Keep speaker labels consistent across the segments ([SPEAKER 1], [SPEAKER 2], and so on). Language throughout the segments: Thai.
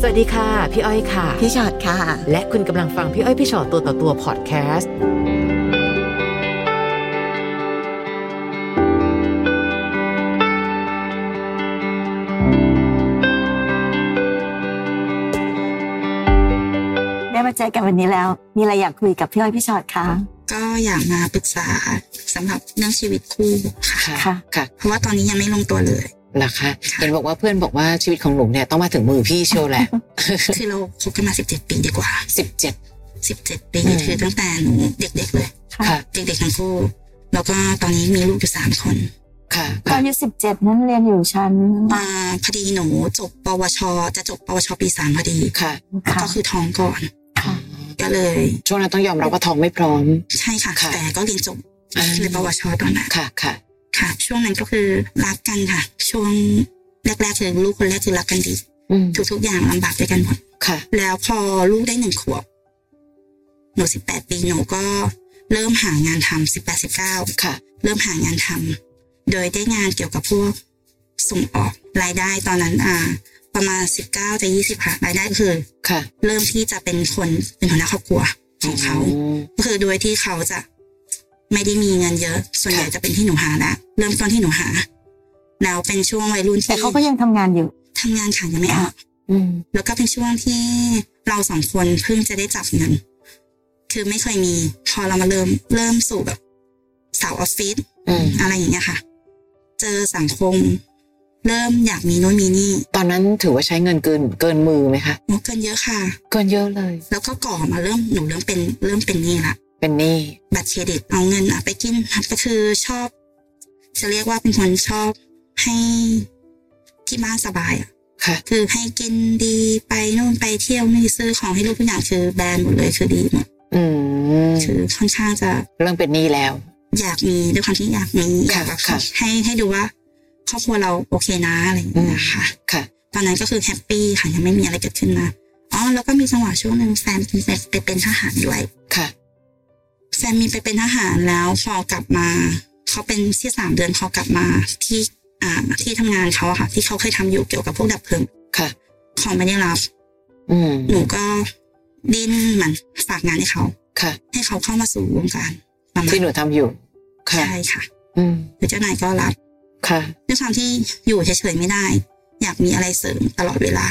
[SPEAKER 1] สวัสดีค่ะ พี่อ้อยค่ะ
[SPEAKER 2] พี่ชอดค่ะ
[SPEAKER 1] และคุณกำลังฟังพี่อ้อยพี่ชอตตัวต่อตัวพอดแคสต์
[SPEAKER 2] ได้มาเจอกันวันนี้แล้ว มีอะไรอยากคุยกับพี่อ้อยพี่ชอดคะ
[SPEAKER 3] ก็อยากมาปรึกษาสำหรับเรื่องชีวิตคู่ค่ะ
[SPEAKER 2] ค่ะ
[SPEAKER 1] ค่ะ
[SPEAKER 3] เพราะว่าตอนนี้ยังไม่ลงตัวเลย
[SPEAKER 1] เหรอคะเห็นบอกว่าเพื่อนบอกว่าชีวิตของหนูเนี่ยต้องมาถึงมือพี่เชียวแหละ
[SPEAKER 3] คือเราคบกันมา 17 ปีดีกว่า
[SPEAKER 1] 17
[SPEAKER 3] 17 ปี
[SPEAKER 1] อืม
[SPEAKER 3] คือตั้งแต่หนูเด็กๆเลย
[SPEAKER 1] ค่ะ
[SPEAKER 3] เด็กๆทั้งคู่แล้วก็ตอนนี้มีลูกอยู่สามคน
[SPEAKER 1] ค่ะ
[SPEAKER 2] ตอน
[SPEAKER 1] ค่ะ
[SPEAKER 2] อายุสิบเจ็ดนั้นเรียนอยู่ชั้น
[SPEAKER 3] มาพอดีหนูจบปวช จะจบปวชปีสามพอดี
[SPEAKER 1] ค่ะ
[SPEAKER 2] ค่ะ
[SPEAKER 3] ก็คือท้องก่อน
[SPEAKER 2] ค่ะ
[SPEAKER 3] ก็เลย
[SPEAKER 1] ช่วงนั้นต้องยอมรับว่าท้องไม่พร้อม
[SPEAKER 3] ใช่ค่ะ
[SPEAKER 1] ค่ะ
[SPEAKER 3] แต่ก็เรียนจบ
[SPEAKER 1] อ่า
[SPEAKER 3] เรียนปวชตอนนั้น
[SPEAKER 1] ค่ะค่ะ
[SPEAKER 3] ค่ะ ช่วงนั้นก็คือรักกันค่ะ ช่วงแรกๆคือลูกคนแรกคือรักกันดี
[SPEAKER 1] อืม
[SPEAKER 3] ทุกๆอย่างลำบากด้วยกันหมด
[SPEAKER 1] ค่ะ
[SPEAKER 3] แล้วพอลูกได้หนึ่งขวบ หนูสิบแปดปีหนูก็เริ่มหางานทำสิบแปดสิบเก้า
[SPEAKER 1] ค่ะ
[SPEAKER 3] เริ่มหางานทำโดยได้งานเกี่ยวกับพวกส่งออกรายได้ตอนนั้นอ่า ประมาณสิบเก้าจะยี่สิบค่ะรายได้ก็คือ
[SPEAKER 1] ค่ะ
[SPEAKER 3] เริ่มที่จะเป็นคนเป็นหัวหน้าครอบครัวของเขา
[SPEAKER 1] ม
[SPEAKER 3] ก็คือโดยที่เขาจะไม่ได้มีเงินเยอะ ส่วนใหญ่
[SPEAKER 1] ค่ะ
[SPEAKER 3] จะเป็นที่หนูหาละเริ่มต้นที่หนูหา แล้วเป็นช่วงวัยรุ่น
[SPEAKER 2] แต่
[SPEAKER 3] ที่
[SPEAKER 2] เขาก็ยังทำงานอยู่
[SPEAKER 3] ทำงานค่ะยังไม่ออก
[SPEAKER 1] อืม
[SPEAKER 3] แล้วก็เป็นช่วงที่เราสองคนเพิ่งจะได้จับเงินคือไม่เคยมี พอเรามาเริ่มเริ่มสู่แบบสาวออฟฟิศ
[SPEAKER 1] อืม
[SPEAKER 3] อะไรอย่างเงี้ยค่ะ เจอสังคม เริ่มอยากมีโน้นมีนี่
[SPEAKER 1] ตอนนั้นถือว่าใช้เงินเกินเกินมือไหมคะ
[SPEAKER 3] โอ้เกินเยอะค่ะ
[SPEAKER 1] เกินเยอะเลย
[SPEAKER 3] แล้วก็ก่อมาเริ่มหนูเริ่มเป็นเริ่มเป็นหนี่ละ
[SPEAKER 1] เป็นหนี้
[SPEAKER 3] บัตรเครดิตเอาเงินอะไปกินก็คือชอบ จะเรียกว่าเป็นคนชอบให้ที่บ้านสบายอะ
[SPEAKER 1] ค่ะ
[SPEAKER 3] คือให้กินดีไปนู่นไปเที่ยวนี่ซื้อของให้ลูกทุกอย่างคือแบรนด์หมดเลยคือดีหมด
[SPEAKER 1] อืม
[SPEAKER 3] คือค่อนข้างจะ
[SPEAKER 1] เริ่มเป็นหนี้แล้ว
[SPEAKER 3] อยากมีด้วยความที่อยากมีอยากแบบ
[SPEAKER 1] ค่ะ
[SPEAKER 3] ให้ให้ดูว่าครอบครัวเราโอเคนะอะไรอย่างเงี้ยค่ะ
[SPEAKER 1] ค่ะ
[SPEAKER 3] ตอนนั้นก็คือแฮปปี้ค่ะยังไม่มีอะไรเกิดขึ้นมาอ๋อแล้วก็มีจังหวะช่วงหนึ่งแฟนไปไปเป็นทหารด้วย
[SPEAKER 1] ค่ะ
[SPEAKER 3] แฟนมีไปเป็นทหารแล้วพอกลับมา เขาเป็นที่สามเดือนพอกลับมาที่อ่าที่ทำงานเขาอะค่ะ ที่เขาเคยทำอยู่เกี่ยวกับพวกดับเพลิง
[SPEAKER 1] ค่ะ
[SPEAKER 3] เขอไม่ได้รับ
[SPEAKER 1] อืม
[SPEAKER 3] หนูก็ดิ้นเหมือนฝากงานให้เขา
[SPEAKER 1] ค่ะ
[SPEAKER 3] ให้เขาเข้ามาสู่วงการประมาณ
[SPEAKER 1] ที่หนูทำอยู่ ค่ะ
[SPEAKER 3] ใช่ค่ะ
[SPEAKER 1] อืม
[SPEAKER 3] หรือเจ้านายก็รับ
[SPEAKER 1] ค่ะ
[SPEAKER 3] ด้วยความที่อยู่เฉยๆไม่ได้ อยากมีอะไรเสริมตลอดเวลา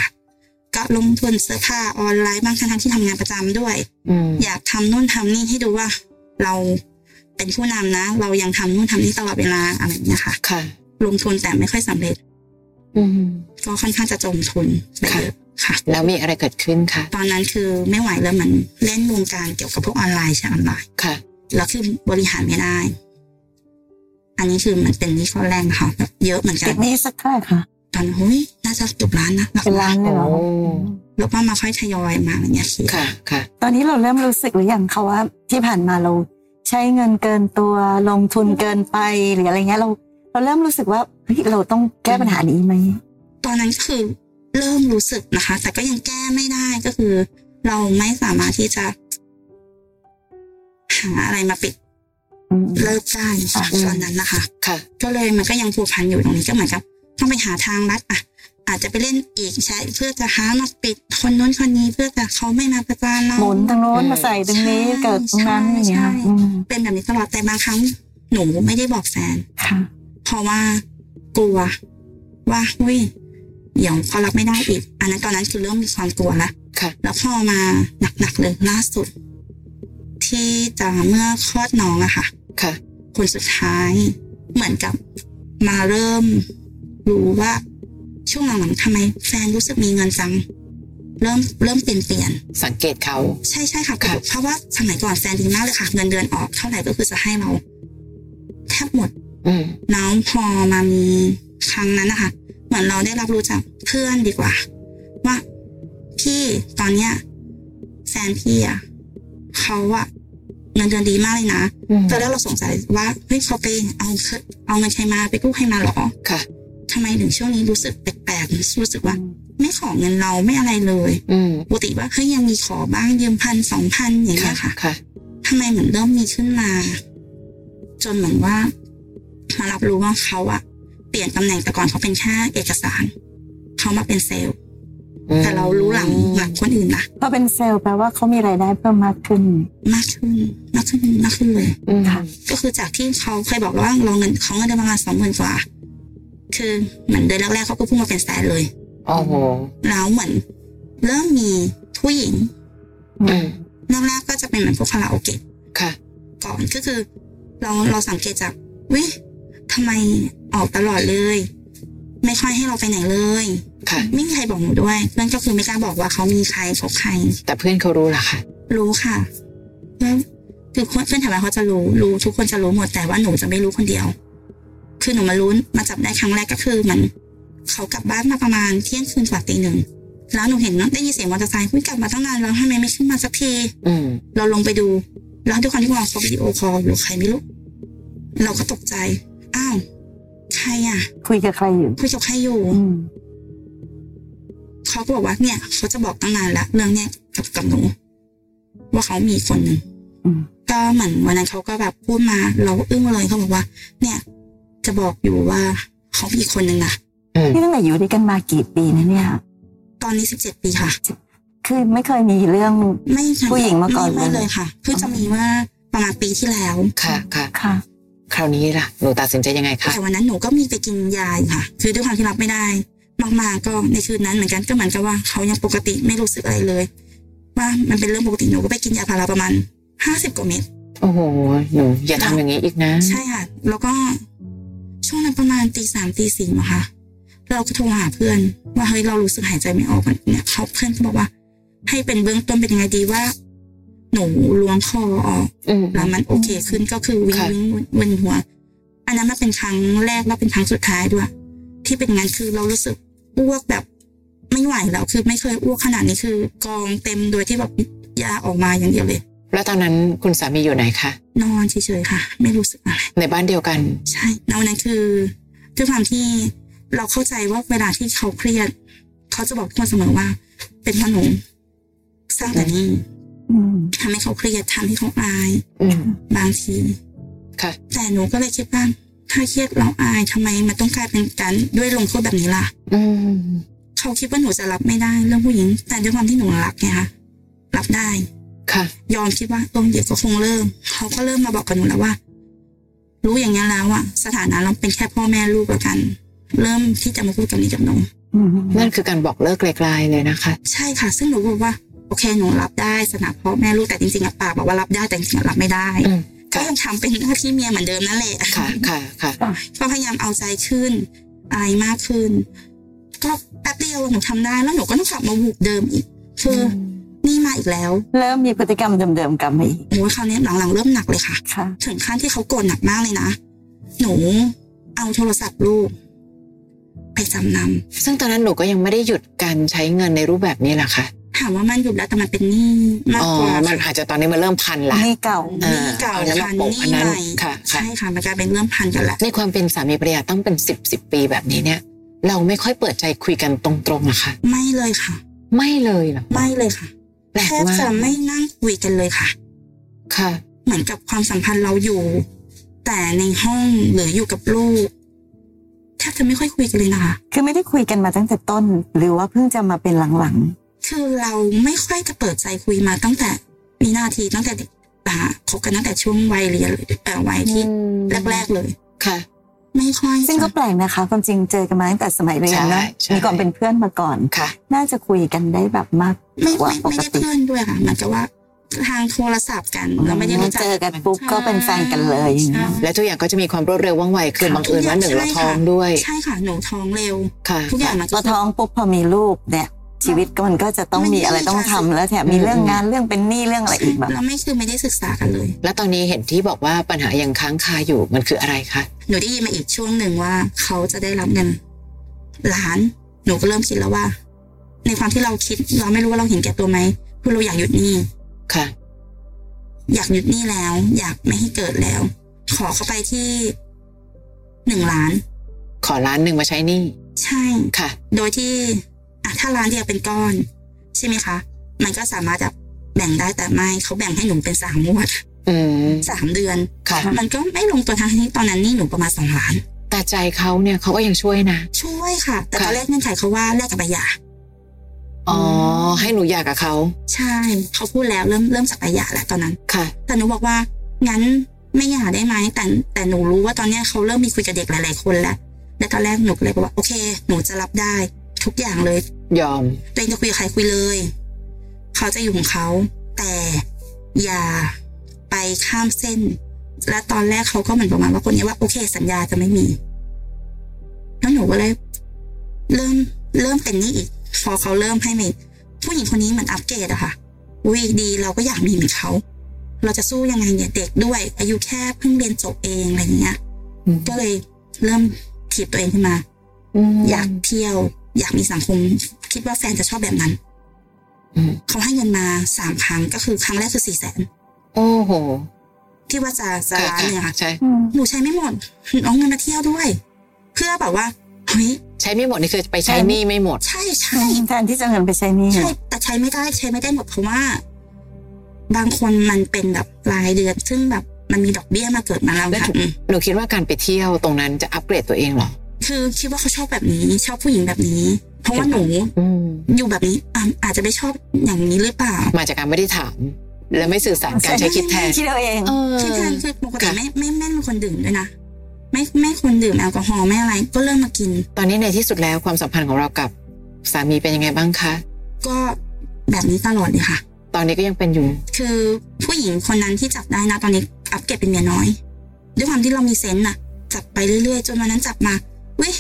[SPEAKER 3] ก็ลงทุนเสื้อผ้าออนไลน์บ้างทั้งๆที่ทำงานประจำด้วย
[SPEAKER 1] อืม
[SPEAKER 3] อยากทำนู่นทำนี่ให้ดูว่า เราเป็นผู้นำนะ เรายังทำนู่นทำนี่ตลอดเวลาอะไรอย่างเงี้ยค่ะ
[SPEAKER 1] ค่ะ
[SPEAKER 3] ลงทุนแต่ไม่ค่อยสำเร็จ
[SPEAKER 1] อืม
[SPEAKER 3] ก็ค่อนข้างจะจมทุนไปเยอะค่ะ
[SPEAKER 1] แล้วมีอะไรเกิดขึ้นคะ
[SPEAKER 3] ตอนนั้นคือไม่ไหวแล้วมันเล่นวงการเกี่ยวกับพวกออนไลน์ใช่ออนไลน์
[SPEAKER 1] ค่ะ
[SPEAKER 3] แล้วคือบริหารไม่ได้ อันนี้คือมันเป็นหนี่ข้อแรงค่ะแบบเยอะเหมือนกั
[SPEAKER 2] ติด
[SPEAKER 3] น
[SPEAKER 2] หนี้สักเท่าไหร่คะ
[SPEAKER 3] ตอนเฮ้ยน่าจะจบร้านนะหลัก
[SPEAKER 2] เป็นล้านเลยเหรอ
[SPEAKER 1] โอ้
[SPEAKER 3] แล้วก็มาค่อยทยอยมาอะไรเงี้ยคิด
[SPEAKER 1] ค่ะ ค่ะ
[SPEAKER 2] ตอนนี้เราเริ่มรู้สึกหรือยังคะว่าที่ผ่านมาเราใช้เงินเกินตัวลงทุนเกินไปหรืออะไรเงี้ยเราเราเริ่มรู้สึกว่าเฮ้ยเราต้องแก้ปัญหานี้ไหม
[SPEAKER 3] ตอนนั้นก็คือเริ่มรู้สึกนะคะ แต่ก็ยังแก้ไม่ได้ก็คือ เราไม่สามารถที่จะ หาอะไรมาปิด
[SPEAKER 2] อืม
[SPEAKER 3] เลิกได้ค่ะ
[SPEAKER 1] อืม
[SPEAKER 3] ตอนนั้นนะคะ
[SPEAKER 1] ค่ะ
[SPEAKER 3] ก็เลยมันก็ยังผูกพันอยู่ตรงนี้ก็เหมือนกับต้องไปหาทางลัดอ่ะ อาจจะไปเล่นอีกใช้เพื่อจะหามาปิดคนนู้นคนนี้เพื่อจะเขาไม่มาประจานเรา
[SPEAKER 2] หมุนทางโน้นมาใส่ตรงนี้
[SPEAKER 3] ใช่
[SPEAKER 2] เกิดตรงนั้นอย่างเงี้ย
[SPEAKER 3] ใช่
[SPEAKER 2] อืม
[SPEAKER 3] เป็นแบบนี้ตลอดแต่บางครั้งหนูไม่ได้บอกแฟน
[SPEAKER 2] ค่ะ
[SPEAKER 3] เพราะว่ากลัวว่าอุ้ยเดี๋ยวเขารับไม่ได้อีก อันนั้นตอนนั้นคือเริ่มมีความกลัวละ
[SPEAKER 1] ค่ะ
[SPEAKER 3] แล้วพอมาหนักๆเลยล่าสุด ที่จะเมื่อคลอดน้องอะค่ะ
[SPEAKER 1] ค่ะ
[SPEAKER 3] คนสุดท้ายเหมือนกับมาเริ่มรู้ว่าช่วงหลังๆทำไมแฟนรู้สึกมีเงินจัง เริ่มเริ่มเปลี่ยนเปลี่ยน
[SPEAKER 1] สังเกตเขา
[SPEAKER 3] ๆใช่ใช่ค่ะ
[SPEAKER 1] ค่ะ
[SPEAKER 3] เพราะว่าสมัยก่อนแฟนดีมากเลยค่ะ เงินเดือนออกเท่าไหร่ก็คือจะให้เราแทบหมด
[SPEAKER 1] อืม
[SPEAKER 3] น้องพอมามีครั้งนั้นนะคะ เหมือนเราได้รับรู้จากเพื่อนดีกว่า ว่าพี่ตอนเนี้ยแฟนพี่อ่ะเขาอ่ะเงินเดือนดีมากเลยนะ
[SPEAKER 1] อืม
[SPEAKER 3] ตอนแรกเราสงสัยว่าเฮ้ยเขาไปเอาเอาเงินใครมาไปกู้ใครมาเหรอ
[SPEAKER 1] ค่ะ
[SPEAKER 3] ทำไมถึงช่วงนี้รู้สึกแปลกๆรู้สึกว่า ไม่ขอเงินเราไม่อะไรเลย
[SPEAKER 1] อืม
[SPEAKER 3] ปกติว่าเฮ้ยยังมีขอบ้างยืมพันสองพันอย่างเงี้
[SPEAKER 1] ค่ะ
[SPEAKER 3] ยค่ะ
[SPEAKER 1] ค่ะ
[SPEAKER 3] ทำไมเหมือนเริ่มมีขึ้นมา จนเหมือนว่ามารับรู้ว่าเขาอะเปลี่ยนตำแหน่งแต่ก่อนเขาเป็นแค่เอกสาร เขามาเป็นเซลล์
[SPEAKER 1] อืม
[SPEAKER 3] แต่เรารู้หลังหลังคนอื่นนะ
[SPEAKER 2] พอเป็นเซลล์แปลว่าเขามีรายได้เพิ่มมากขึ้น
[SPEAKER 3] มากขึ้นมากขึ้นมากขึ้นเลย
[SPEAKER 1] อืม
[SPEAKER 2] ค่ะ
[SPEAKER 3] ก็คือจากที่เขาเคยบอกเราว่าเราเงินเขาเงินเดือนประมาณสองหมื่นกว่า คือเหมือนเดือนแรกๆเขาก็พุ่งมาเป็นแสนเลย
[SPEAKER 1] โอ้โห
[SPEAKER 3] แล้วเหมือนเริ่มมีผู้หญิง
[SPEAKER 1] อืม
[SPEAKER 3] แรกๆก็จะเป็นเหมือนพวกคาราโอเกะ
[SPEAKER 1] ค่ะ
[SPEAKER 3] ก่อนก็คือเราเราสังเกตจากวิทำไมออกตลอดเลย ไม่ค่อยให้เราไปไหนเลย
[SPEAKER 1] ค่ะ
[SPEAKER 3] ไม่มีใครบอกหนูด้วยนั่นก็คือไม่กล้าบอกว่าเขามีใครพบใคร
[SPEAKER 1] แต่เพื่อนเขารู้ล่ะค่ะ
[SPEAKER 3] รู้ค่ะแล้วคือคนเพื่อนแถวบ้านเขาจะรู้ รู้ทุกคนจะรู้หมดแต่ว่าหนูจะไม่รู้คนเดียว คือหนูมารู้มาจับได้ครั้งแรกก็คือเหมันเขากลับบ้านมาประมาณเที่ยงคืนกว่าตีหนึ่งแล้วหนูเห็นเนอะได้ยินเสียงมอเตอร์ไซค์คุยกลับมาตั้งนานแล้วทำไมไม่ขึ้นมาสักที
[SPEAKER 1] อืม
[SPEAKER 3] เราลงไปดู แล้วด้วยความที่ว่าเขาวิดีโอคอลหรือใครไม่รู้ เราก็ตกใจ อ้าว ใครอ่ะ
[SPEAKER 2] คุยกับใครอยู่
[SPEAKER 3] คุยกับใครอยู่
[SPEAKER 2] อืม
[SPEAKER 3] เขาก็บอกว่าเนี่ยเขาจะบอกตั้งนานละเรื่องเนี้ยกับกับหนู ว่าเขามีคนหนึ่ง
[SPEAKER 2] อืม
[SPEAKER 3] ก็เหมือนวันนั้นเขาก็แบบพูดมา เราก็อึ้งเลยเขาบอกว่า เนี่ย จะบอกอยู่ว่าเขามีคนหนึ่งนะ
[SPEAKER 1] อืม
[SPEAKER 2] นี่ตั้งแต่อยู่ด้วยกันมากี่ปีนะเนี่ย
[SPEAKER 3] ตอนนี้สิบเจ็ดปีค่ะ
[SPEAKER 2] คือไม่เคยมีเรื่อง
[SPEAKER 3] ไม่ค่ะ
[SPEAKER 2] ผู้หญิงมาก่อน
[SPEAKER 3] ไม่ไม่
[SPEAKER 2] เลย
[SPEAKER 3] เลยค่ะ เพิ่งจะมีว่าประมาณปีที่แล้ว
[SPEAKER 1] ค่ะค่ะ
[SPEAKER 2] ค่ะ
[SPEAKER 1] คราวนี้ล่ะ หนูตัดสินใจยังไงคะ
[SPEAKER 3] แต่วันนั้นหนูก็มีไปกินยาอยู่ค่ะ คือด้วยความที่รับไม่ได้ มากๆก็ในคืนนั้นเหมือนกันก็เหมือนกับว่าเขายังปกติไม่รู้สึกอะไรเลย ว่ามันเป็นเรื่องปกติหนูก็ไปกินยาพาราประมาณห้าสิบกว่าเม็ด
[SPEAKER 1] โอ้โห หนู อย่าทำอย่างนี้อีกนะ
[SPEAKER 3] ใช่ค่ะ แล้วก็ช่วงนั้นประมาณตีสามตีสี่มั้งคะเราก็โทรหาเพื่อน ว่าเฮ้ยเรารู้สึกหายใจไม่ออกอะเนี่ยเขาเพื่อนก็บอกว่า ให้เป็นเบื้องต้นเป็นยังไงดีว่า หนูล้วงคอออก
[SPEAKER 1] อืม
[SPEAKER 3] แล้วมันโอเคขึ้นก็คือวิ่ง
[SPEAKER 1] ค่ะ
[SPEAKER 3] วิ่งเวนหัว อันนั้นมันเป็นครั้งแรกและเป็นครั้งสุดท้ายด้วย ที่เป็นงั้นคือเรารู้สึกอ้วกแบบไม่ไหวแล้วคือไม่เคยอ้วกขนาดนี้คือ กองเต็มโดยที่แบบยาออกมาอย่างเดียวเลย
[SPEAKER 1] แล้วตอนนั้นคุณสามีอยู่ไหนคะ
[SPEAKER 3] นอนเฉยๆค่ะ ไม่รู้สึกอะไร
[SPEAKER 1] ในบ้านเดียวกัน
[SPEAKER 3] ใช่ณวันนั้นคือด้วยความที่เราเข้าใจว่าเวลาที่เขาเครียด เขาจะบอกทุกคนเสมอว่า เป็นเพราะหนูสร้างแต่หนี่
[SPEAKER 2] อืม
[SPEAKER 3] ทำให้เขาเครียดทำให้เขาอาย
[SPEAKER 1] อืม
[SPEAKER 3] บางที
[SPEAKER 1] ค่ะ
[SPEAKER 3] แต่หนูก็เลยคิดว่าถ้าเครียดเราอายทำไมมันต้องกลายเป็นการด้วยลงโทษแบบนี้ล่ะ
[SPEAKER 1] อืม
[SPEAKER 3] เขาคิดว่าหนูจะรับไม่ได้เรื่องผู้หญิง แต่ด้วยความที่หนูรักไงคะรับได้
[SPEAKER 1] ค่ะ
[SPEAKER 3] ยอมคิดว่าเออเดี๋ยวก็คงเริ่มเขาก็เริ่มมาบอกกับหนูแล้วว่า รู้อย่างนี้ยแล้วอะสถานะเราเป็นแค่พ่อแม่ลูกแล้วกัน เริ่มที่จะมาพูดกับนี้กับหนู
[SPEAKER 2] อืม
[SPEAKER 1] นั่นคือการบอกเลิกไกลๆเลยนะคะ
[SPEAKER 3] ใช่ค่ะ ซึ่งหนูบอกว่า โอเคหนูรับได้สถานะพ่อแม่ลูกแต่จริงๆอะปากบอกว่ารับได้แต่จริงๆอะรับไม่ได้
[SPEAKER 1] อืม
[SPEAKER 3] ก็ยังทำเป็นหน้าที่เมียเหมือนเดิมนั่นแหละ
[SPEAKER 1] ค่ะ ค่ะ ค่ะ
[SPEAKER 3] ก็พยายามเอาใจขึ้นอะไรมากขึ้น ก็แป๊บเดียวหนูทำได้แล้วหนูก็ต้องกลับมาบุกเดิมอีกคืออนี่มาอีกแล้ว
[SPEAKER 2] เริ่มมีพฤติกรรมเดิมๆกลับมาอีก
[SPEAKER 3] โอ้ยคราวนี้หลังๆเริ่มหนักเลยค่ะ
[SPEAKER 2] ค่ะ
[SPEAKER 3] ถึงขั้นที่เขาโกรธหนักมากเลยนะ หนูเอาโทรศัพท์ลูก ไปจำน
[SPEAKER 1] ซึ่งตอนนั้นหนูก็ยังไม่ได้หยุดการใช้เงินในรูปแบบนี้ล่ะค่ะ
[SPEAKER 3] ำถามว่ามันหยุดแล้วแต่มันเป็นหนี้มาก
[SPEAKER 1] อ๋อ
[SPEAKER 3] กว่า
[SPEAKER 1] มันอาจจะตอนนี้มันเริ่มพันละ
[SPEAKER 2] นี่เก่า
[SPEAKER 3] หนี้เก่า
[SPEAKER 1] อ่า
[SPEAKER 3] ค่ะห
[SPEAKER 1] แล้วมาปก
[SPEAKER 3] นี้
[SPEAKER 1] อันนั้น
[SPEAKER 3] ใหม่
[SPEAKER 1] ค่ะค่ะ
[SPEAKER 3] ใช่ค่ะมันกลายเป็นเรื่องพันกันละ
[SPEAKER 1] ในความเป็นสามีภรรยาต้องเป็นสิบสิบปีแบบนี้เนี่ย เราไม่ค่อยเปิดใจคุยกันตรงๆนะคะ
[SPEAKER 3] ไม่เลยค่ะ
[SPEAKER 1] ไม่เลยเหรอ
[SPEAKER 3] ไม่เลยค่ะ
[SPEAKER 1] แปล
[SPEAKER 3] แท
[SPEAKER 1] ก
[SPEAKER 3] บ
[SPEAKER 1] มาก
[SPEAKER 3] จะไม่นั่งคุยกันเลยค่ะ
[SPEAKER 1] ค่ะ
[SPEAKER 3] เหมือนกับความสัมพันธ์เราอยู่ แต่ในห้องหรืออยู่กับลูกแทบจะไม่ค่อยคุยกันเลยนะคะ
[SPEAKER 2] คือไม่ได้คุยกันมาตั้งแต่ต้น หรือว่าเพิ่งจะมาเป็นหลัง
[SPEAKER 3] คือเราไม่ค่อยจะเปิดใจคุยมาตั้งแต่มีนาทีตั้งแต่เด็กอ่าคบกันตั้งแต่ช่วงวัยเรียนแต่อวัยที่แรก ๆเลย
[SPEAKER 1] ๆค่ะ
[SPEAKER 3] ไม่ค่อย
[SPEAKER 2] ๆ ซึ่งก็
[SPEAKER 3] จะ
[SPEAKER 2] แปลกนะคะความจริงเจอกันมาตั้งแต่สมัยเรียน
[SPEAKER 1] ใช่
[SPEAKER 2] นะ
[SPEAKER 1] ใช่
[SPEAKER 2] มีความเป็นเพื่อนมาก่อน
[SPEAKER 1] ค่ะ
[SPEAKER 2] น่าจะคุยกันได้แบบมาก
[SPEAKER 3] ไม่
[SPEAKER 2] กว่า
[SPEAKER 3] ไม่
[SPEAKER 2] ปก
[SPEAKER 3] ไม่ได้
[SPEAKER 2] ติ
[SPEAKER 3] เพื่อนด้วยค่ะเหมือนกับว่าทางโทรศัพท์กันเราไม่ได้รู้จัก
[SPEAKER 2] เจอกันปุ๊บก็เป็นแฟนกันเลยอย่างเงี้ย
[SPEAKER 1] และทุกอย่างก็จะมีความรวดเร็วว่องไวคือ
[SPEAKER 2] ค่ะ
[SPEAKER 1] บังเอิญว่าหนึ่งเราท้องด้วย
[SPEAKER 3] ใช่ค่ะหนูท้องเร็ว
[SPEAKER 1] ค่ะ
[SPEAKER 3] ทุกอย่างมัน
[SPEAKER 2] พ
[SPEAKER 3] ก็
[SPEAKER 2] อท้องปุ๊บพอมีลูกเนี่ย ชีวิตก็มันก็จะต้องมีอะไรต้องทำแล้วแถมมีเรื่องงานเรื่องเป็นหนี้เรื่องอะไรอีกแบบ
[SPEAKER 3] เราไม่คือไม่ได้ศึกษากันเลย
[SPEAKER 1] และตอนนี้เห็นที่บอกว่าปัญหายังค้างคาอยู่มันคืออะไรคะ
[SPEAKER 3] หนูได้ยินมาอีกช่วงหนึ่งว่า เขาจะได้รับเงินล้าน หนูก็เริ่มคิดแล้วว่า ในความที่เราคิด เราไม่รู้ว่าเราเห็นแก่ตัวไหมคือเราอยากหยุดหนี้
[SPEAKER 1] ค่ะ
[SPEAKER 3] อยากหยุดหนี้แล้ว อยากไม่ให้เกิดแล้ว ขอเข้าไปที่หนึ่งล้าน
[SPEAKER 1] ขอล้านหนึ่งมาใช้หนี่
[SPEAKER 3] ใช่
[SPEAKER 1] ค่ะ
[SPEAKER 3] โดยที่อ่ะถ้าร้านเดียวเป็นก้อน ใช่ไหมคะ มันก็สามารถจะแบ่งได้แต่ไม่เขาแบ่งให้หนูเป็นสามงวด
[SPEAKER 1] อืม
[SPEAKER 3] สามเดือน
[SPEAKER 1] ค่ะ
[SPEAKER 2] ค่ะ
[SPEAKER 3] มันก็ไม่ลงตัวทั้งที่ตอนนั้นหนี่หนูประมาณสองล้าน
[SPEAKER 1] แต่ใจเขาเนี่ยเขาก็ยังช่วยนะ
[SPEAKER 3] ช่วยค่ะ แต่ตอน
[SPEAKER 1] ค่ะ
[SPEAKER 3] แรกเงื่อนไขเขาว่าแลกกับใบหย่า
[SPEAKER 1] อ๋อ ให้หนูอยากกับเขา
[SPEAKER 3] ใช่เขาพูดแล้วเริ่มเริ่มสักระยะแล้วตอนนั้น
[SPEAKER 1] ค่ะ
[SPEAKER 3] แต่หนูบอกว่างั้นไม่หย่าได้ไหมแต่แต่หนูรู้ว่าตอนเนี้ยเขาเริ่มมีคุยกับเด็กหลาย ๆ คนแล้วและตอนแรกหนูก็เลยบอกว่าโอเค หนูจะรับได้ ทุกอย่างเลย
[SPEAKER 1] ยอม
[SPEAKER 3] ตัวเองจะคุยกับใครคุยเลย เขาจะอยู่ของเขา แต่อย่าไปข้ามเส้น และตอนแรกเขาก็เหมือนประมาณว่าคนเนี้ยว่าโอเค สัญญาจะไม่มีแล้วหนูก็เลย เริ่มเริ่มเป็นหนี่อีกพอเขาเริ่มให้เมย์ผู้หญิงคนนี้เหมือนอัปเกรดอะค่ะวิดีเราก็อยากมีเหมือนเขา เราจะสู้ยังไงเนี่ยเด็กด้วย อายุแค่เพิ่งเรียนจบเองอะไรอย่างเงี้ย
[SPEAKER 1] อืม
[SPEAKER 3] ก็เลยเริ่มถีบตัวเองขึ้นมา
[SPEAKER 1] ม
[SPEAKER 3] อยากเที่ยว อยากมีสังคม คิดว่าแฟนจะชอบแบบนั้น
[SPEAKER 1] อืม
[SPEAKER 3] เขาให้เงินมาสามครั้งก็คือครั้งแรกคือสี่แสน
[SPEAKER 1] โอ้โห
[SPEAKER 3] ที่ว่าจะจะร้านเนี่ยค่ะ
[SPEAKER 1] ใช่
[SPEAKER 2] อืม
[SPEAKER 3] หนูใช้ไม่หมดเอาเงินมาเที่ยวด้วย เพื่อแบบว่าเฮ้ย
[SPEAKER 1] ใช้ไม่หมดนี่คือไปใช้หนี้ไม่หมด
[SPEAKER 3] ใช่ใช่
[SPEAKER 2] แทนที่จะเอาเงินไปใช้หนี่
[SPEAKER 3] ใช่ แต่ใช้ไม่ได้ใช้ไม่ได้หมดเพราะว่า บางคนมันเป็นแบบรายเดือน ซึ่งแบบมันมีดอกเบี้ยมาเกิดมาแล้ว
[SPEAKER 1] ได้
[SPEAKER 3] ค่ะ
[SPEAKER 1] ถูก
[SPEAKER 3] อืม
[SPEAKER 1] หนูคิดว่าการไปเที่ยวตรงนั้นจะอัปเกรดตัวเองเหรอ
[SPEAKER 3] คือคิดว่าเขาชอบแบบนี้ ชอบผู้หญิงแบบนี้ เพราะว่าหนู
[SPEAKER 1] อืม
[SPEAKER 3] อยู่แบบนี้อ่ะอาจจะไม่ชอบอย่างนี้หรือเปล่า
[SPEAKER 1] มาจากการไม่ได้ถาม และไม่สื่อสารการใช้คิดแทน
[SPEAKER 2] คิดเอาเอง
[SPEAKER 1] เออ
[SPEAKER 3] ที่แทนคือปกติ
[SPEAKER 1] ค่ะ
[SPEAKER 3] ไม่ไม่ไม่เป็นคนดื่มด้วยนะไม่ไม่คนดื่มแอลกอฮอล์ไม่อะไร ก็เริ่มมากิน
[SPEAKER 1] ตอนนี้ในที่สุดแล้วความสัมพันธ์ของเรากับสามีเป็นยังไงบ้างคะ
[SPEAKER 3] ก็แบบนี้ตลอดเลยค่ะ
[SPEAKER 1] ตอนนี้ก็ยังเป็นอยู่
[SPEAKER 3] คือผู้หญิงคนนั้นที่จับได้นะตอนนี้อัปเกรดเป็นเมียน้อย ด้วยความที่เรามีเซนต์น่ะ จับไปเรื่อยๆ จนวันนั้นจับมาเว้ย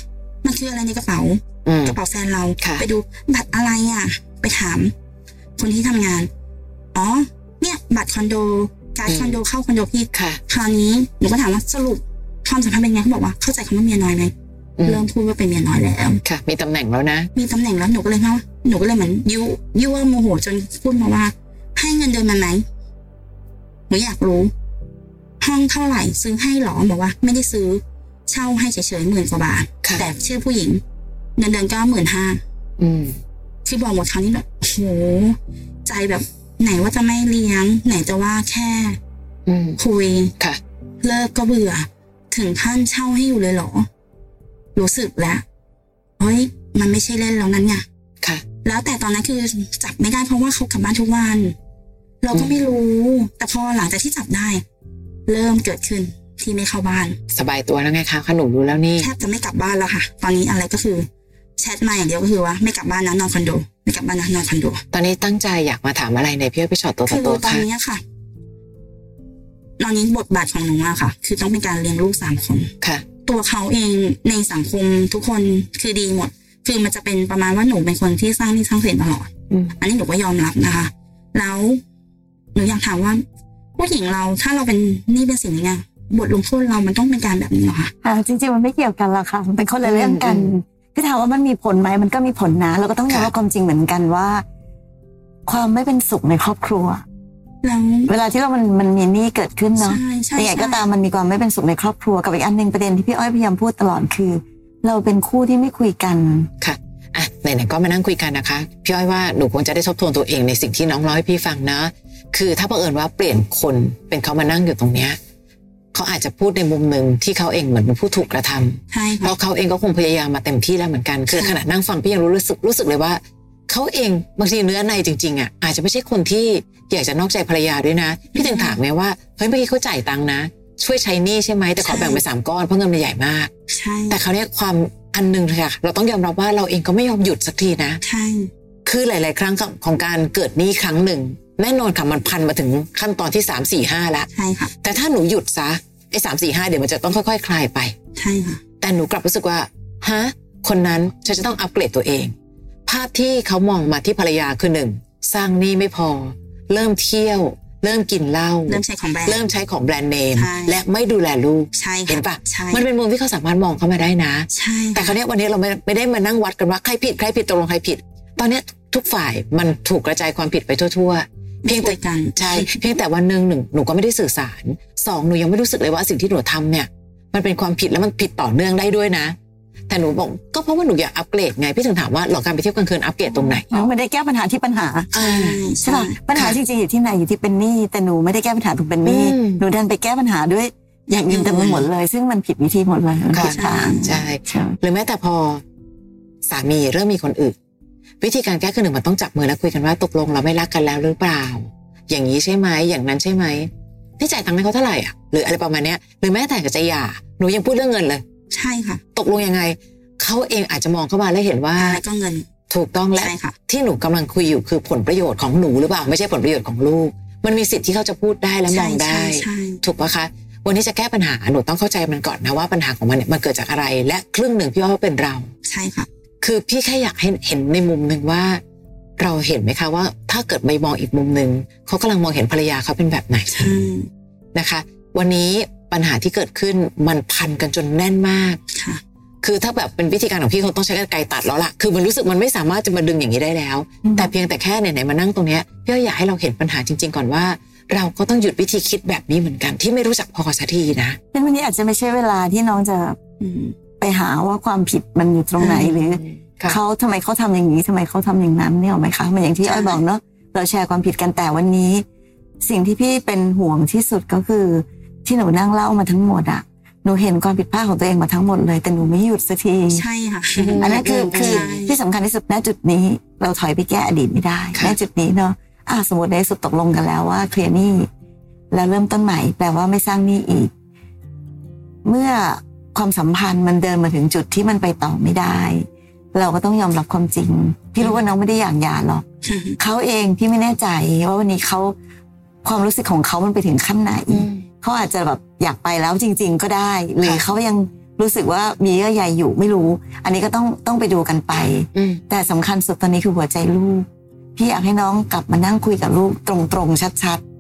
[SPEAKER 3] มันคืออะไรในกระเป๋า
[SPEAKER 1] อืม
[SPEAKER 3] กระเป๋าแฟนเรา
[SPEAKER 1] ค่ะ
[SPEAKER 3] ไปดูบัตรอะไรอ่ะ ไปถาม คนที่ทำงาน อ๋อ เนี่ย บัตรคอนโดการดคอนโดเข้าคอนโดพี่
[SPEAKER 1] ค่ะ
[SPEAKER 3] คราวนี้หนูก็ถามว่าสรุปความสัมพันธ์เป็นไงเขาบอกว่าเข้าใจคำว่าเมียน้อยไหม
[SPEAKER 1] อืม
[SPEAKER 3] เริ่มพูดว่าเป็นเมียน้อยแล้ว
[SPEAKER 1] ค่ะ มีตำแหน่งแล้วนะ
[SPEAKER 3] มีตำแหน่งแล้วหนูก็เลยว่าหนูก็เลยเหมือนยุยั่วโมโหจนพูดมาว่า ให้เงินเดือนมันไหมหนูอยากรู้ ห้องเท่าไหร่ซื้อให้หรอบอกว่า ไม่ได้ซื้อ เช่าให้เฉยๆหมื่นกว่าบาท
[SPEAKER 1] ค่ะ
[SPEAKER 3] แต่ชื่อผู้หญิงเงินเดือนเก้าหมื่นห้า
[SPEAKER 1] อืม
[SPEAKER 3] คือบอกหมดคราวนี้แบบโอ้โหใจแบบไหนว่าจะไม่เลี้ยง ไหนจะว่าแค่
[SPEAKER 1] อืม
[SPEAKER 3] คุย
[SPEAKER 1] ค่ะ
[SPEAKER 3] เลิกก็เบื่อ ถึงขั้นเช่าให้อยู่เลยเหรอ รู้สึกแล้วเฮ้ยมันไม่ใช่เล่นแล้วนั้นไง
[SPEAKER 1] ค่ะ
[SPEAKER 3] แล้วแต่ตอนนั้นคือจับไม่ได้เพราะว่าเขากลับบ้านทุกวัน เราก็ไม่รู้ แต่พอหลังจากที่จับได้ เริ่มเกิดขึ้นที่ไม่เข้าบ้าน
[SPEAKER 1] สบายตัวแล้วไงคะขนมรู้แล้วนี่
[SPEAKER 3] แทบจะไม่กลับบ้านแล้วค่ะ ตอนนี้อะไรก็คือแชทมาอย่างเดียวก็คือว่าไม่กลับบ้านนะนอนคอนโดไม่กลับบ้านนะนอนคอนโด
[SPEAKER 1] ตอนนี้ตั้งใจอยากมาถามอะไรในพี่อ้อยพี่ชอตตัว
[SPEAKER 3] คื
[SPEAKER 1] ต่อ
[SPEAKER 3] อ
[SPEAKER 1] ตัว
[SPEAKER 3] ตอน
[SPEAKER 1] ค่ะ
[SPEAKER 3] เนี้ยค่ะ ตอนนี้บทบาทของหนูอะค่ะ คือต้องเป็นการเลี้ยงลูกสามคน
[SPEAKER 1] ค่ะ
[SPEAKER 3] ตัวเขาเองในสังคมทุกคนคือดีหมด คือมันจะเป็นประมาณว่าหนูเป็นคนที่สร้างหนี่สร้างสินตลอด
[SPEAKER 1] อืม
[SPEAKER 3] อันนี้หนูก็ยอมรับนะคะ แล้วหนูอยากถามว่า ผู้หญิงเราถ้าเราเป็นหนี่เป็นสินอย่างเงี้ยบทลงโทษเรามันต้องเป็นการแบบนี้เหรอคะ
[SPEAKER 2] อ่าจริงๆมันไม่เกี่ยวกันหรอกค่ะมันเป็นคนละเรื่องกัน
[SPEAKER 1] อืมอืม
[SPEAKER 2] คือถามว่ามันมีผลไหมมันก็มีผลนะ เราก็ต้องยอม
[SPEAKER 1] ค่ะ
[SPEAKER 2] รับความจริงเหมือนกันว่า ความไม่เป็นสุขในครอบครัว
[SPEAKER 3] แล้ว
[SPEAKER 2] เวลาที่เรามันมันมีหนี้เกิดขึ้นเนาะ
[SPEAKER 3] ใช่ใช่
[SPEAKER 2] แต่ใหญ่ก็
[SPEAKER 3] ใช่
[SPEAKER 2] ตามมันมีความไม่เป็นสุขในครอบครัวกับอีกอันหนึ่งประเด็นที่พี่อ้อยพยายามพูดตลอดคือ เราเป็นคู่ที่ไม่คุยกัน
[SPEAKER 1] อ่ะไหนๆก็มานั่งคุยกันนะคะ พี่อ้อยว่าหนูคงจะได้ทบทวนตัวเองในสิ่งที่น้องร้อยพี่ฟังนะ คือถ้าบังเอิญว่าเปลี่ยนคนเป็นเขามานั่งอยู่ตรงเนี้ยเขาอาจจะพูดในมุมหนึ่งที่เขาเองเหมือนเป็นผู้ถูกกระทำ
[SPEAKER 3] ใช่
[SPEAKER 1] เพ
[SPEAKER 3] ค่ะ
[SPEAKER 1] ราะเขาเองก็คงพยายามมาเต็มที่แล้วเหมือนกันคือ
[SPEAKER 3] ค่ะ
[SPEAKER 1] ขณะนั่งฟังพี่ยังรู้สึกรู้สึกเลยว่าเขาเองบางทีเนื้อในจริงๆอ่ะอาจจะไม่ใช่คนที่อยากจะนอกใจภรรยาด้วยนะพี่ถึงถามไงว่าเฮ้ยเมื่อกี้เขาจ่ายตังค์นะ ช่วยใช้หนี้ใช่ไหมแต่ขอแบ่งไปสามก้อนเพราะเงินมันใหญ่มาก
[SPEAKER 3] ใช่
[SPEAKER 1] แต่คราวเนี้ยความอันหนึงค่ะ เราต้องยอมรับว่าเราเองก็ไม่ยอมหยุดสักทีนะ
[SPEAKER 3] ใช่
[SPEAKER 1] คือหลาย ๆ ครั้งของของการเกิดหนี้ครั้งหนึ่ง แน่นอนค่ะมันพันมาถึงขั้นตอนที่สามสี่ห้าละ
[SPEAKER 3] ใช่ค่ะ
[SPEAKER 1] แต่ถ้าหนูหยุดซะไอ้สามสี่ห้าเดี๋ยวมันจะต้องค่อย ๆ คลายไป
[SPEAKER 3] ใช่ค่ะ
[SPEAKER 1] แต่หนูกลับรู้สึกว่าฮะคนนั้นฉันจะต้องอัปเกรดตัวเอง ภาพที่เขามองมาที่ภรรยาคือหนึ่งสร้างหนี้ไม่พอ เริ่มเที่ยว เริ่มกินเหล้า
[SPEAKER 3] เริ่มใช้ของแบรนด์
[SPEAKER 1] เริ่มใช้ของแบรนด์เนม
[SPEAKER 3] ใช่
[SPEAKER 1] และไม่ดูแลลูก
[SPEAKER 3] ใช่
[SPEAKER 1] เห็
[SPEAKER 3] ค่ะ
[SPEAKER 1] นปะ
[SPEAKER 3] ใช่
[SPEAKER 1] มันเป็นมุมที่เขาสามารถมองเข้ามาได้นะ
[SPEAKER 3] ใช่
[SPEAKER 1] แต่คราวเนี้ยวันนี้เราไม่ไม่ได้มานั่งวัดกันว่าใครผิดใครผิดตกลงใครผิด ตอนเนี้ยทุกฝ่ายมันถูกกระจายความผิดไปทั่วๆเพียง
[SPEAKER 3] คุ
[SPEAKER 1] แต่
[SPEAKER 3] ยกัน
[SPEAKER 1] ใช่ เพียงแต่วันหนึ่งหนึ่งหนูก็ไม่ได้สื่อสารสองหนูยังไม่รู้สึกเลยว่าสิ่งที่หนูทำเนี่ย มันเป็นความผิดแล้วมันผิดต่อเนื่องได้ด้วยนะ แต่หนูบอกก็เพราะว่าหนูอยากอัปเกรดไงพี่ถึงถามว่าหลอกการไปเที่ยวกลางคืนอัปเกรดตรงไหน
[SPEAKER 2] มันได้แก้ปัญหาที่ปัญหา
[SPEAKER 1] อ่า
[SPEAKER 2] ใช่
[SPEAKER 3] ใช่ใช่
[SPEAKER 2] ป่ะปัญหาจริงๆอยู่ที่ไหนอยู่ที่เป็นหนี้แต่หนูไม่ได้แก้ปัญหาตรงเป็นหนี้
[SPEAKER 1] อืม
[SPEAKER 2] หนูดันไปแก้ปัญหาด้วย อย่างอื่นเต็มไปหมดเลย ซึ่งมันผิดวิธีหมดเลยมันผิดทาง
[SPEAKER 1] ใช่
[SPEAKER 2] ใช่
[SPEAKER 1] หรือแม้แต่พอ สามีเริ่มมีคนอื่น วิธีการแก้คือหนึ่งมันต้องจับมือแล้วคุยกันว่าตกลงเราไม่รักกันแล้วหรือเปล่า อย่างนี้ใช่ไหมอย่างนั้นใช่ไหมที่จ่ายตังค์ให้เขาเท่าไหร่อ่ะหรืออะไรประมาณเนี้ยหรือแม้แต่กับจะหย่าหนูยังพูดเรื่องเงินเลย
[SPEAKER 3] ใช่ค่ะ
[SPEAKER 1] ตกลงยังไงเขาเองอาจจะมองเข้ามาแล้วเห็นว่า
[SPEAKER 3] อะไรก็เงิน
[SPEAKER 1] ถูกต้องและ
[SPEAKER 3] ใช่ค่ะ
[SPEAKER 1] ที่หนูกำลังคุยอยู่คือผลประโยชน์ของหนูหรือเปล่า ไม่ใช่ผลประโยชน์ของลูก มันมีสิทธิ์ที่เขาจะพูดได้และม
[SPEAKER 3] ใช่
[SPEAKER 1] องได้
[SPEAKER 3] ใช่ใช่
[SPEAKER 1] ถูกปะคะ วันนี้จะแก้ปัญหาหนูต้องเข้าใจมันก่อนนะว่าปัญหาของมันเนี่ยมันเกิดจากอะไร และครึ่งหนึ่งพี่ว่าเป็นเรา
[SPEAKER 3] ใช่ค่ะ
[SPEAKER 1] คือพี่แค่อยากให้เห็นในมุมหนึ่งว่า เราเห็นไหมคะว่า ถ้าเกิดไปมองอีกมุมหนึ่งเขากำลังมองเห็นภรรยาเขาเป็นแบบไหน
[SPEAKER 3] ใช่
[SPEAKER 1] นะคะ วันนี้ปัญหาที่เกิดขึ้นมันพันกันจนแน่นมาก
[SPEAKER 3] ค่ะ
[SPEAKER 1] คือถ้าแบบเป็นวิธีการของพี่คงต้องใช้กรรไกรตัดแล้วล่ะ คือมันรู้สึกมันไม่สามารถจะมาดึงอย่างนี้ได้แล้ว
[SPEAKER 2] อืม
[SPEAKER 1] แต่เพียงแต่แค่ไหนๆมานั่งตรงเนี้ยพี่ก็อยากให้เราเห็นปัญหาจริง ๆ ก่อนว่า เราก็ต้องหยุดวิธีคิดแบบนี้เหมือนกันที่ไม่รู้จักพอสักทีนะ
[SPEAKER 2] ซึ่งวันนี้อาจจะไม่ใช่เวลาที่น้องจะ
[SPEAKER 3] อืม
[SPEAKER 2] ไปหาว่าความผิดมันอยู่ตรงไหนหรือ
[SPEAKER 1] ค่ะ
[SPEAKER 2] เขาทำไมเขาทำอย่างนี้ทำไมเขาทำอย่างนั้นเนี่ยหรอกไหมคะเหมือนอย่างที่
[SPEAKER 3] ใช่
[SPEAKER 2] อ้อยบอกเนาะเราแชร์ความผิดกันแต่วันนี้ สิ่งที่พี่เป็นห่วงที่สุดก็คือ ที่หนูนั่งเล่ามาทั้งหมดอะหนูเห็นความผิดพลาดของตัวเองมาทั้งหมดเลย แต่หนูไม่หยุดสักที
[SPEAKER 3] ใช่ค่ะ
[SPEAKER 2] อันนั้นคือ
[SPEAKER 1] ม
[SPEAKER 2] คือที่สำคัญที่สุดณจุดนี้ เราถอยไปแก้อดีตไม่ได้
[SPEAKER 1] ค่ะ
[SPEAKER 2] ณจุดนี้เนาะอ่ะสมมติในที่สุดตกลงกันแล้วว่าเคลียร์หนี้แล้วเริ่มต้นใหม่แปลว่าไม่สร้างหนี้อีก เมื่อความสัมพันธ์มันเดินมาถึงจุดที่มันไปต่อไม่ได้ เราก็ต้องยอมรับความจริง พี่รู้ว่าน้องไม่ได้อยากหย่าหรอกเขาเองพี่ไม่แน่ใจว่าวันนี้เขาความรู้สึกของเขามันไปถึงขั้นไหน
[SPEAKER 1] อืม
[SPEAKER 2] เขาอาจจะแบบอยากไปแล้วจริง ๆ ก็ได้ หรือ
[SPEAKER 1] ค่ะ
[SPEAKER 2] เขายังรู้สึกว่ามีเยื่อใยอยู่ไม่รู้ อันนี้ก็ต้องต้องไปดูกันไป
[SPEAKER 1] อืม
[SPEAKER 2] แต่สำคัญสุดตอนนี้คือหัวใจลูก พี่อยากให้น้องกลับมานั่งคุยกับลูกตรงๆชัด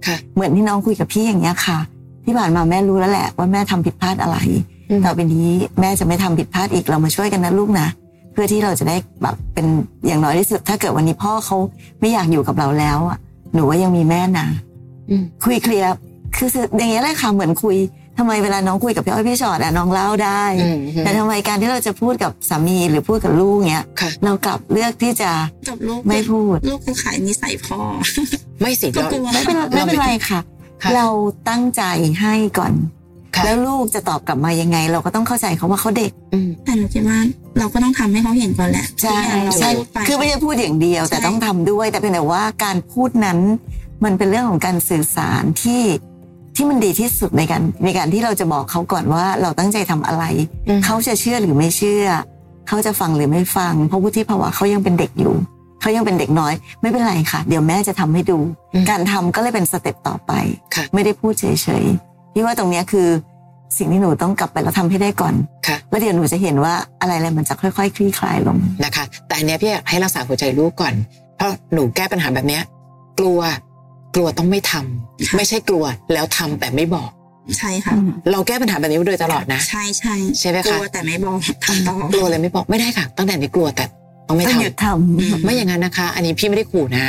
[SPEAKER 1] ค่ะ
[SPEAKER 2] ๆ เหมือนที่น้องคุยกับพี่อย่างเงี้ยค่ะ ที่ผ่านมาแม่รู้แล้วแหละว่าแม่ทำผิดพลาดอะไร
[SPEAKER 1] อืม
[SPEAKER 2] ต่อไปนี้แม่จะไม่ทำผิดพลาดอีกเรามาช่วยกันนะลูกนะ เพื่อที่เราจะได้แบบเป็นอย่างน้อยที่สุด ถ้าเกิดวันนี้พ่อเขาไม่อยากอยู่กับเราแล้วอะหนูว่ายังมีแม่นะ
[SPEAKER 1] อืม
[SPEAKER 2] คุยเคลียร์คืออย่างเงี้ยแหละค่ะเหมือนคุยทำไมเวลาน้องคุยกับพี่อ้อยพี่ชอดอะน้องเล่าได้
[SPEAKER 1] อืม
[SPEAKER 2] แต่ทำไมการที่เราจะพูดกับสามีหรือพูดกับลูกเนี้ย
[SPEAKER 1] ค่ะ
[SPEAKER 2] เรากลับเลือกที่จะ
[SPEAKER 3] จบลูก
[SPEAKER 2] ไม่พูด
[SPEAKER 3] ลูกกูขายนิสัยพ่อ
[SPEAKER 1] ไม่สิ
[SPEAKER 3] ก็
[SPEAKER 1] เรา
[SPEAKER 3] กลัว
[SPEAKER 2] ไม่เป็นไรไม่เป็นไรค่ะ
[SPEAKER 1] ค่ะ
[SPEAKER 2] เราตั้งใจให้ก่อน
[SPEAKER 1] ค่ะ
[SPEAKER 2] แล้วลูกจะตอบกลับมายังไง เราก็ต้องเข้าใจเขาว่าเขาเด็ก
[SPEAKER 1] อืม
[SPEAKER 3] แต่หนูคิดว่าเราก็ต้องทำให้เขาเห็นก่อนแหละ
[SPEAKER 2] ใช่
[SPEAKER 3] ที่เรา
[SPEAKER 2] ใช่
[SPEAKER 3] พูดไป
[SPEAKER 2] คือไม่ใช่พูดอย่างเดียว แต่
[SPEAKER 3] ใช่
[SPEAKER 2] ต้องทำด้วย แต่เป็นแต่ว่าการพูดนั้น มันเป็นเรื่องของการสื่อสารที่ที่มันดีที่สุดในการในการที่เราจะบอกเขาก่อนว่าเราตั้งใจทำอะไร
[SPEAKER 1] อืม
[SPEAKER 2] เขาจะเชื่อหรือไม่เชื่อ เขาจะฟังหรือไม่ฟัง เพราะวุฒิภาวะเขายังเป็นเด็กอยู่ เขายังเป็นเด็กน้อย ไม่เป็นไรค่ะ เดี๋ยวแม่จะทำให้ดู
[SPEAKER 1] อืม
[SPEAKER 2] การทำก็เลยเป็นสเต็ปต่อไป
[SPEAKER 1] ค่ะ
[SPEAKER 2] ไม่ได้พูดเฉยๆพี่ว่าตรงเนี้ยคือ สิ่งที่หนูต้องกลับไปแล้วทำให้ได้ก่อน
[SPEAKER 1] ค่ะ
[SPEAKER 2] แล้วเดี๋ยวหนูจะเห็นว่าอะไรอะไรๆมันจะค่อยๆคลี่คลายลง
[SPEAKER 1] นะคะ แต่อันเนี้ยพี่อยากให้รักษาหัวใจลูกก่อน เพราะหนูแก้ปัญหาแบบเนี้ย กลัว กลัวต้องไม่ทำไม่ใช่กลัวแล้วทำแต่ไม่บอก
[SPEAKER 3] ใช่ค่ะ
[SPEAKER 1] เราแก้ปัญหาแบบนี้มาโดยตลอดนะ
[SPEAKER 3] ใช่ใช่
[SPEAKER 1] ใช่ไหมคะ
[SPEAKER 3] กลัวแต่ไม่บอกทำต่อก
[SPEAKER 1] ลัวเลยไม่บอกไม่ได้ค่ะ ตั้งแต่นี้กลัวแต่ต้องไม่
[SPEAKER 2] ต้อ
[SPEAKER 1] ทำ
[SPEAKER 2] งหยุดท
[SPEAKER 3] อืม
[SPEAKER 1] ไม่อย่างนั้นนะคะ อันนี้พี่ไม่ได้ขู่นะ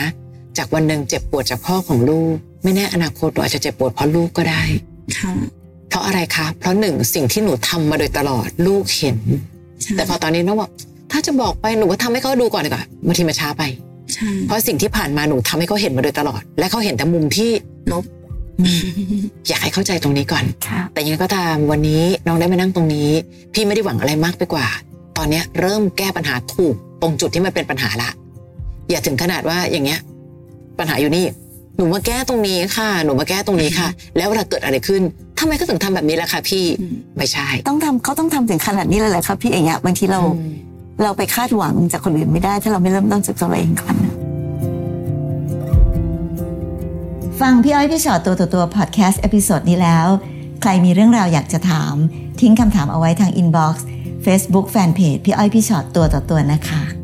[SPEAKER 1] จากวันหนึ่งเจ็บปวดจากพ่อของลูก ไม่แน่อนาคตเราอาจจะเจ็บปวดเพราะลูกก็ได้
[SPEAKER 3] ค่ะ
[SPEAKER 1] เพราะอะไรคะ เพราะหนึ่งสิ่งที่หนูทำมาโดยตลอดลูกเห็น
[SPEAKER 3] ใช่
[SPEAKER 1] แต่พอตอนนี้น้องบอกถ้าจะบอกไปหนูว่าทำให้เขาดูก่อนดีกว่าบางทีมาช้าไป
[SPEAKER 3] ใช่
[SPEAKER 1] เพราะสิ่งที่ผ่านมาหนูทำให้เขาเห็นมาโดยตลอด และเขาเห็นแต่มุมที่
[SPEAKER 3] ลบ
[SPEAKER 1] อยากให้เข้าใจตรงนี้ก่อน
[SPEAKER 2] ำค่ะ
[SPEAKER 1] แต่ยังไงก็ตามวันนี้น้องได้มานั่งตรงนี้ พี่ไม่ได้หวังอะไรมากไปกว่า ตอนเนี้ยเริ่มแก้ปัญหาถูกตรงจุดที่มันเป็นปัญหาละ อย่าถึงขนาดว่าอย่างเงี้ย ปัญหาอยู่นี่ หนูมาแก้ตรงนี้ค่ะ หนูมาแก้ตรงนี้ค่ะ แล้วเวลาเกิดอะไรขึ้นทำไมก็ถึงทำแบบนี้ล่ะคะพี่
[SPEAKER 3] อืม
[SPEAKER 1] ไม่ใช่
[SPEAKER 2] ต้องทำเขาต้องทำถึงขนาดนี้เลยแหละครับพี่เอ๋ยะบางทีเรา
[SPEAKER 1] อืม
[SPEAKER 2] เราไปคาดหวังจากคนอื่นไม่ได้ ถ้าเราไม่เริ่มต้นจากตัวเราเองก่อน
[SPEAKER 4] ฟังพี่อ้อยพี่ชอตตัวต่อตัวพอดแคสต์เอพิโซดนี้แล้ว ใครมีเรื่องราวอยากจะถาม ทิ้งคำถามเอาไว้ทางอินบ็อกซ์เฟซบุ๊กแฟนเพจพี่อ้อยพี่ชอตตัวต่อตัวนะคะ